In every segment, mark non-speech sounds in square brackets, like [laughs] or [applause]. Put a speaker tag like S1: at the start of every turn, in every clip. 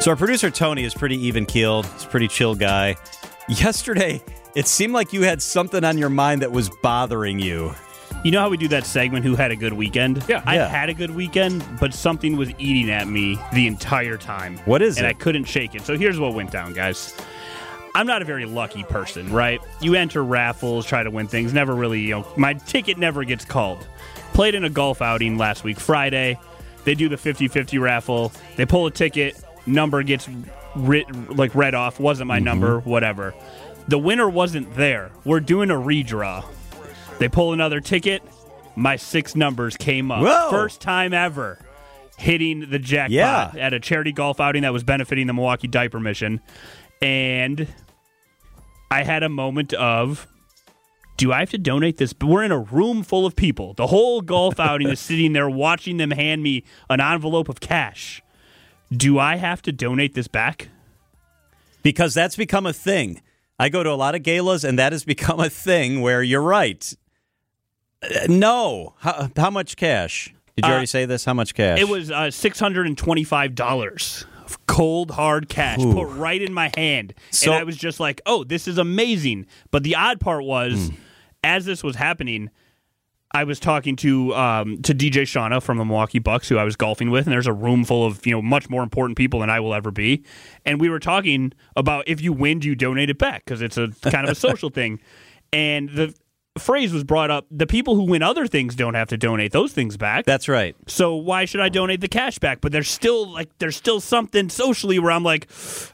S1: So our producer Tony is pretty even keeled. He's a pretty chill guy. Yesterday, it seemed like you had something on your mind that was bothering you.
S2: You know how we do that segment, Who Had a Good Weekend?
S3: Yeah.
S2: I
S1: Yeah.
S2: had a good weekend, but something was eating at me the entire time.
S1: What is
S2: and
S1: it?
S2: I couldn't shake it. So here's what went down, guys. I'm not a very lucky person, right? You enter raffles, try to win things, never really, you know, my ticket never gets called. Played in a golf outing last week, Friday. They do the 50 50 raffle. They pull a ticket, number gets writ, like read off, wasn't
S1: Mm-hmm.
S2: my number, whatever. The winner wasn't there. We're doing a redraw. They pull another ticket. My six numbers came up.
S1: Whoa.
S2: First time ever hitting the jackpot
S1: Yeah.
S2: at a charity golf outing that was benefiting the Milwaukee Diaper Mission. And I had a moment of do I have to donate this? We're in a room full of people. The whole golf outing
S1: [laughs]
S2: is sitting there watching them hand me an envelope of cash. Do I have to donate this back?
S1: because that's become a thing. I go to a lot of galas, and that has become a thing where you're right. Uh, no. How, how much cash? Did you
S2: Uh,
S1: already say this? How much cash?
S2: It was uh, six hundred and twenty-five dollars of cold hard cash
S1: Ooh.
S2: put right in my hand,
S1: So-
S2: and I was just like, "Oh, this is amazing!" But the odd part was, as this was happening, I was talking to um, to DJ Shauna from the Milwaukee Bucks, who I was golfing with, and there's a room full of you know much more important people than I will ever be, and we were talking about if you win, do you donate it back because it's a kind of a social thing, and the phrase was brought up: the people who win other things don't have to donate those things back.
S1: That's right.
S2: So why should I donate the cash back? But there's still like there's still something socially where I'm like,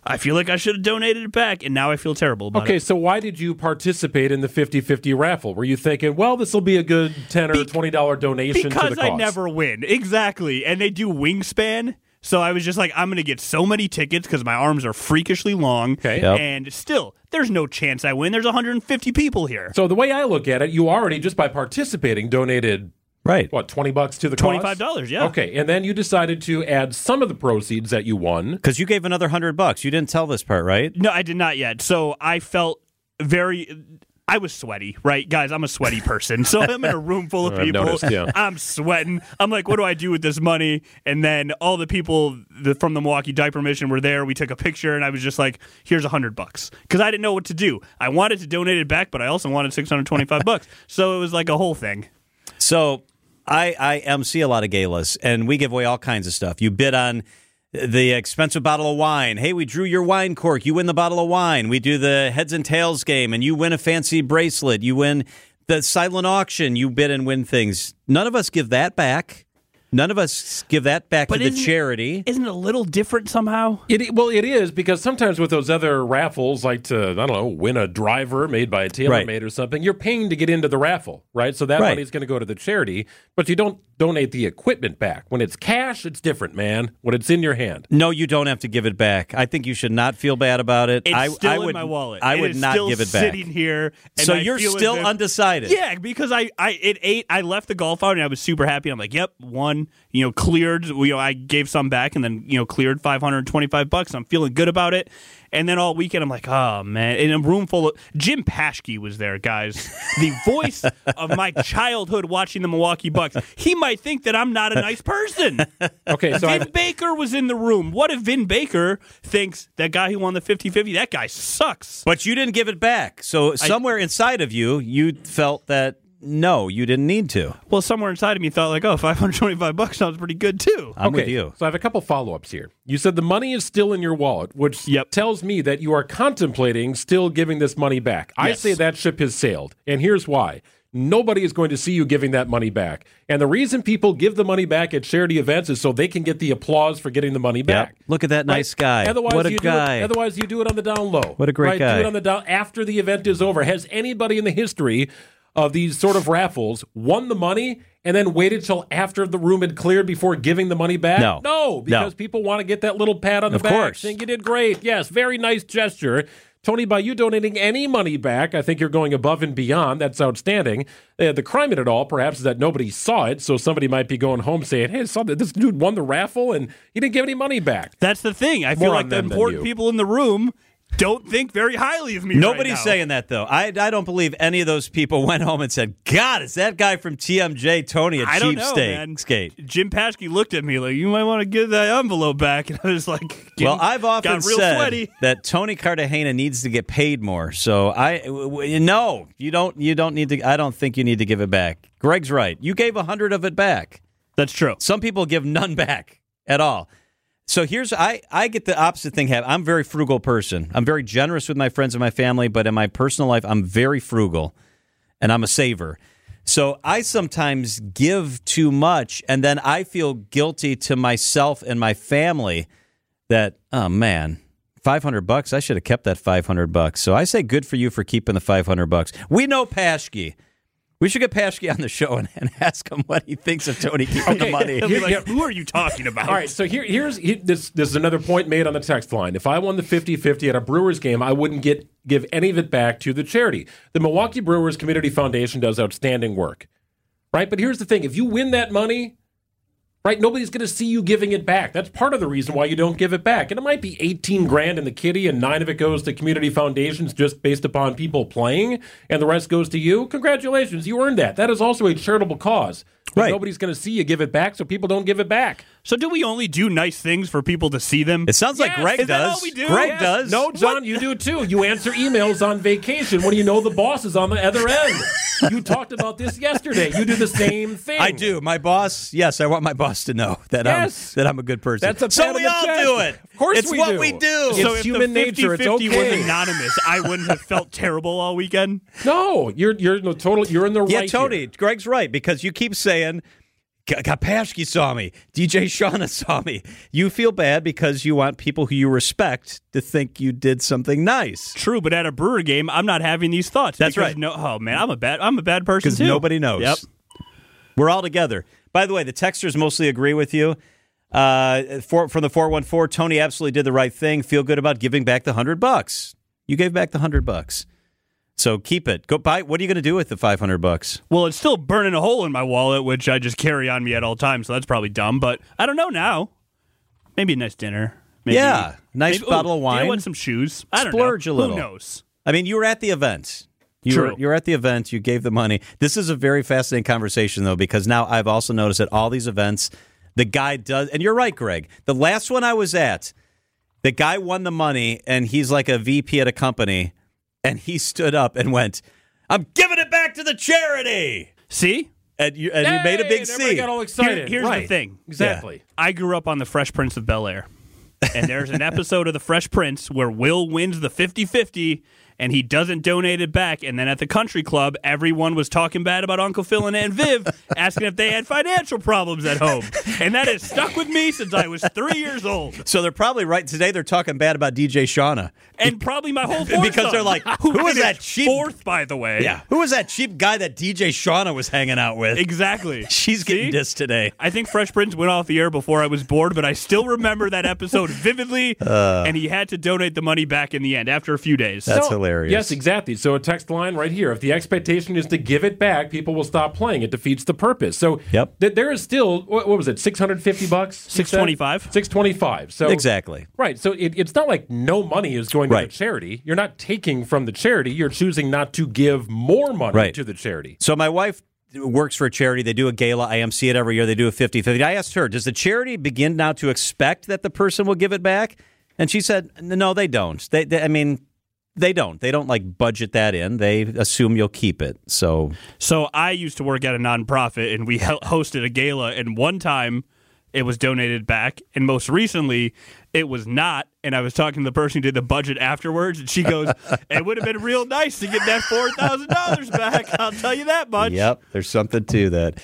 S2: I feel like I should have donated it back, and now I feel terrible. About
S3: Okay,
S2: it.
S3: so why did you participate in the 50-50 raffle? Were you thinking, well, this will be a good 10 or
S2: Be-
S3: $20 donation
S2: because
S3: to the cause?
S2: I never win exactly, and they do wingspan. So I was just like, I'm gonna get so many tickets because my arms are freakishly long.
S3: Okay.
S1: Yep.
S2: and still there's no chance I win. There's 150 people here.
S3: So the way I look at it, you already, just by participating, donated,
S1: Right.
S3: what, 20 bucks to the cause?
S2: $25, yeah.
S3: Okay, and then you decided to add some of the proceeds that you won.
S1: Because you gave another hundred bucks. You didn't tell this part, right?
S2: No, I did not yet. So I felt very. I was sweaty, right, guys? I'm a sweaty person, so I'm in a room full
S1: [laughs]
S2: of
S3: I've
S2: people.
S3: noticed, yeah.
S2: I'm sweating. I'm like, what do I do with this money? And then all the people that from the Milwaukee Diaper Mission were there. We took a picture, and I was just like, here's a hundred bucks because I didn't know what to do. I wanted to donate it back, but I also wanted 625 bucks. So it was like a whole thing.
S1: So I I MC a lot of galas, and we give away all kinds of stuff. You bid on the expensive bottle of wine. Hey, we drew your wine cork. You win the bottle of wine. We do the heads and tails game, and you win a fancy bracelet. You win the silent auction. You bid and win things. None of us give that back. None of us give that back
S2: But
S1: to the
S2: isn't-
S1: charity.
S2: Isn't it a little different somehow?
S3: It, well, it is because sometimes with those other raffles, like to I don't know, win a driver made by a tailor made or something, you're paying to get into the raffle, right? So that
S1: Right.
S3: money's going to go to the charity, but you don't donate the equipment back. When it's cash, it's different, man. When it's in your hand,
S1: no, you don't have to give it back. I think you should not feel bad about it.
S2: It's
S1: I,
S2: still
S1: I would,
S2: in my wallet.
S1: I
S2: It
S1: would
S2: is
S1: not
S2: still
S1: give it back.
S2: Sitting here, and
S1: so
S2: I
S1: you're
S2: feel as
S1: still
S2: if-
S1: undecided.
S2: Yeah, because I, I it ate. I left the golf out and I was super happy. I'm like, yep, one. You know, cleared. You know, I gave some back and then you know cleared 525 bucks. I'm feeling good about it. And then all weekend I'm like, oh man, in a room full of Jim Paschke was there, guys, the voice of my childhood watching the Milwaukee Bucks. He might think that I'm not a nice person.
S3: okay. So
S2: Vin
S3: I've,
S2: Baker was in the room. What if Vin Baker thinks that guy who won the 50-50, that guy sucks?
S1: But you didn't give it back. So somewhere inside of you, you felt that no, you didn't need to.
S2: Well, somewhere inside of me thought like, oh, 525 bucks sounds pretty good too.
S1: [laughs] I'm
S3: okay,
S1: with you.
S3: So I have a couple follow ups here. You said the money is still in your wallet, which
S2: Yep.
S3: tells me that you are contemplating still giving this money back. I
S2: Yes.
S3: say that ship has sailed, and here's why. Nobody is going to see you giving that money back. And the reason people give the money back at charity events is so they can get the applause for getting the money back.
S1: Look at that nice guy.
S3: Otherwise,
S1: what a
S3: you
S1: guy.
S3: Do it, otherwise, you do it on the down low.
S1: What a great
S3: right?
S1: guy.
S3: Do it on the down after the event is over. Has anybody in the history of these sort of raffles won the money and then waited till after the room had cleared before giving the money back?
S1: No.
S3: no,
S1: No.
S3: because people want to get that little pat on the
S1: Of
S3: back.
S1: course.
S3: saying you did great. Yes, very nice gesture. Tony, by you donating any money back, I think you're going above and beyond. That's outstanding. Uh, the crime in it all, perhaps, is that nobody saw it, so somebody might be going home saying, "Hey, I saw that this dude won the raffle and he didn't give any money back."
S2: That's the thing. I feel
S3: More
S2: like
S3: on
S2: the
S3: them than
S2: important
S3: you.
S2: people in the room don't think very highly of me.
S1: Nobody's
S2: right now.
S1: saying that though. I, I don't believe any of those people [laughs] went home and said, "God, is that guy from TMJ Tony a
S2: I don't
S1: cheap
S2: know, man.
S1: steak skate?"
S2: Jim Paskey looked at me like, "You might want to give that envelope back," [laughs] and I was like, getting-
S1: Well, I've often
S2: got real
S1: said
S2: sweaty.
S1: [laughs] that Tony Cartagena needs to get paid more. So I w- w- no, you don't. You don't need to. I don't think you need to give it back. Greg's right. You gave a hundred of it back.
S2: That's [laughs] true.
S1: Some people give none back at all. So here's I I get the opposite thing happen. I'm a very frugal person. I'm very generous with my friends and my family, but in my personal life, I'm very frugal, and I'm a saver. So I sometimes give too much, and then I feel guilty to myself and my family that oh man. 500 bucks. I should have kept that 500 bucks. So I say good for you for keeping the 500 bucks. We know Paschke. We should get Paschke on the show and, and ask him what he thinks of Tony keeping the
S3: Okay.
S1: money.
S2: [laughs] He'll be
S3: Here-
S2: like, "Who are you talking about?"
S3: All right, so here, here's he, this. This is another point made on the text line. If I won the 50-50 at a Brewers game, I wouldn't get give any of it back to the charity. The Milwaukee Brewers Community Foundation does outstanding work, right? But here's the thing: if you win that money, right, nobody's going to see you giving it back. That's part of the reason why you don't give it back. And it might be 18 grand in the kitty, and nine of it goes to community foundations just based upon people playing, and the rest goes to you. Congratulations, you earned that. That is also a charitable cause. But
S1: Right.
S3: Nobody's going to see you give it back, so people don't give it back.
S2: So, do we only do nice things for people to see them?
S1: It sounds like
S3: Yes.
S1: Greg
S2: Is that
S1: does.
S2: all we do?
S1: Greg
S2: Yes.
S1: does.
S3: No, John, you do too. You answer emails on vacation when you know the boss is on the other end. You talked about this yesterday. You do the same thing.
S1: I do. My boss. Yes, I want my boss to know that
S3: Yes.
S1: I'm that I'm a good person.
S3: That's a
S1: so
S3: pat
S1: we
S3: on the
S1: all
S3: chest.
S1: do it.
S3: Of course
S1: it's
S3: we
S1: what
S3: do.
S1: we do.
S3: It's
S2: so if
S3: human
S2: the
S3: nature, it's
S2: 50-50 was
S3: okay.
S2: anonymous, I wouldn't have felt
S3: [laughs]
S2: terrible all weekend.
S3: No, you're you're in the total. You're in the
S1: yeah,
S3: right.
S1: Tony.
S3: here.
S1: Greg's right because you keep saying. "G- Kapashki saw me. DJ Shauna [laughs] saw me. You feel bad because you want people who you respect to think you did something nice
S2: True, but at a Brewer game, I'm not having these thoughts.
S1: That's
S2: because
S1: right.
S2: No, oh man, I'm a bad, I'm a bad person
S1: because
S2: too.
S1: nobody knows.
S2: Yep.
S1: We're all together. By the way, the texters mostly agree with you. Uh, for, from the 414, Tony absolutely did the right thing. Feel good about giving back the 100 bucks. You gave back the 100 bucks. So keep it. Go buy what are you going to do with the 500 bucks?
S2: Well, it's still burning a hole in my wallet, which I just carry on me at all times. So that's probably dumb. But I don't know now. Maybe a nice dinner. Maybe,
S1: Yeah, nice
S2: maybe- ooh,
S1: bottle of
S2: You know
S1: wine.
S2: what? Some shoes. I don't
S1: Splurge a
S2: know.
S1: little.
S2: Who knows?
S1: I mean, you were at the event. You
S2: True.
S1: were, you were at the event. You gave the money. This is a very fascinating conversation, though, because now I've also noticed at all these events, the guy does. And you're right, Greg. The last one I was at, the guy won the money, and he's like a VP at a company, and he stood up and went, "I'm giving it back to the charity."
S2: See,
S1: And you and he made a
S3: Yay!
S1: big
S3: And
S1: scene.
S3: everybody got all excited.
S2: Here- here's the
S3: Right.
S2: thing.
S3: Exactly.
S2: I grew up on The Fresh Prince of Bel Air. And
S1: [laughs]
S2: there's an episode of The Fresh Prince where Will wins the 50 50 and he doesn't donate it back. And then at the country club, everyone was talking bad about Uncle Phil and Aunt Viv, asking if they had financial problems at home. And that has stuck with me since I was three years old.
S1: so they're probably right today. They're talking bad about DJ Shauna.
S2: And probably my whole
S1: [laughs]
S2: fourth
S1: Because they're
S2: son,
S1: like, who is that
S2: finished
S1: cheap-
S2: Fourth, by the way.
S1: who was that cheap guy that DJ Shauna was hanging out with?
S2: Exactly.
S1: [laughs] She's getting
S2: See?
S1: dissed today.
S2: I think Fresh Prince went off the air before I was bored, but I still remember
S1: [laughs]
S2: that episode vividly. and he had to donate the money back in the end after a few days.
S1: Uh. That's
S3: No,
S1: hilarious.
S3: Yes, exactly. So a text line right here. If the expectation is to give it back, people will stop playing. It defeats the purpose. So
S1: Yep.
S3: th- there is still what, what was it? Six hundred fifty bucks. Six
S2: 625.
S3: Six twenty-five. So
S1: Exactly.
S3: Right. So it, it's not like no money is going
S1: Right.
S3: to the charity. You're not taking from the charity. You're choosing not to give more money
S1: Right.
S3: to the charity.
S1: So my wife works for a charity. They do a gala. I MC it every year. They do a 50 50. I asked her, does the charity begin now to expect that the person will give it back? And she said, no, they don't. They, they I mean, they don't. They don't like budget that in. They assume you'll keep it. So
S2: So I used to work at a nonprofit, and we hel- hosted a gala. And one time, it was donated back, and most recently, it was not. And I was talking to the person who did the budget afterwards, and
S1: [laughs]
S2: she goes, "It would have been real nice to get that four thousand dollars back. I'll tell you that much."
S1: yep, there's something to that.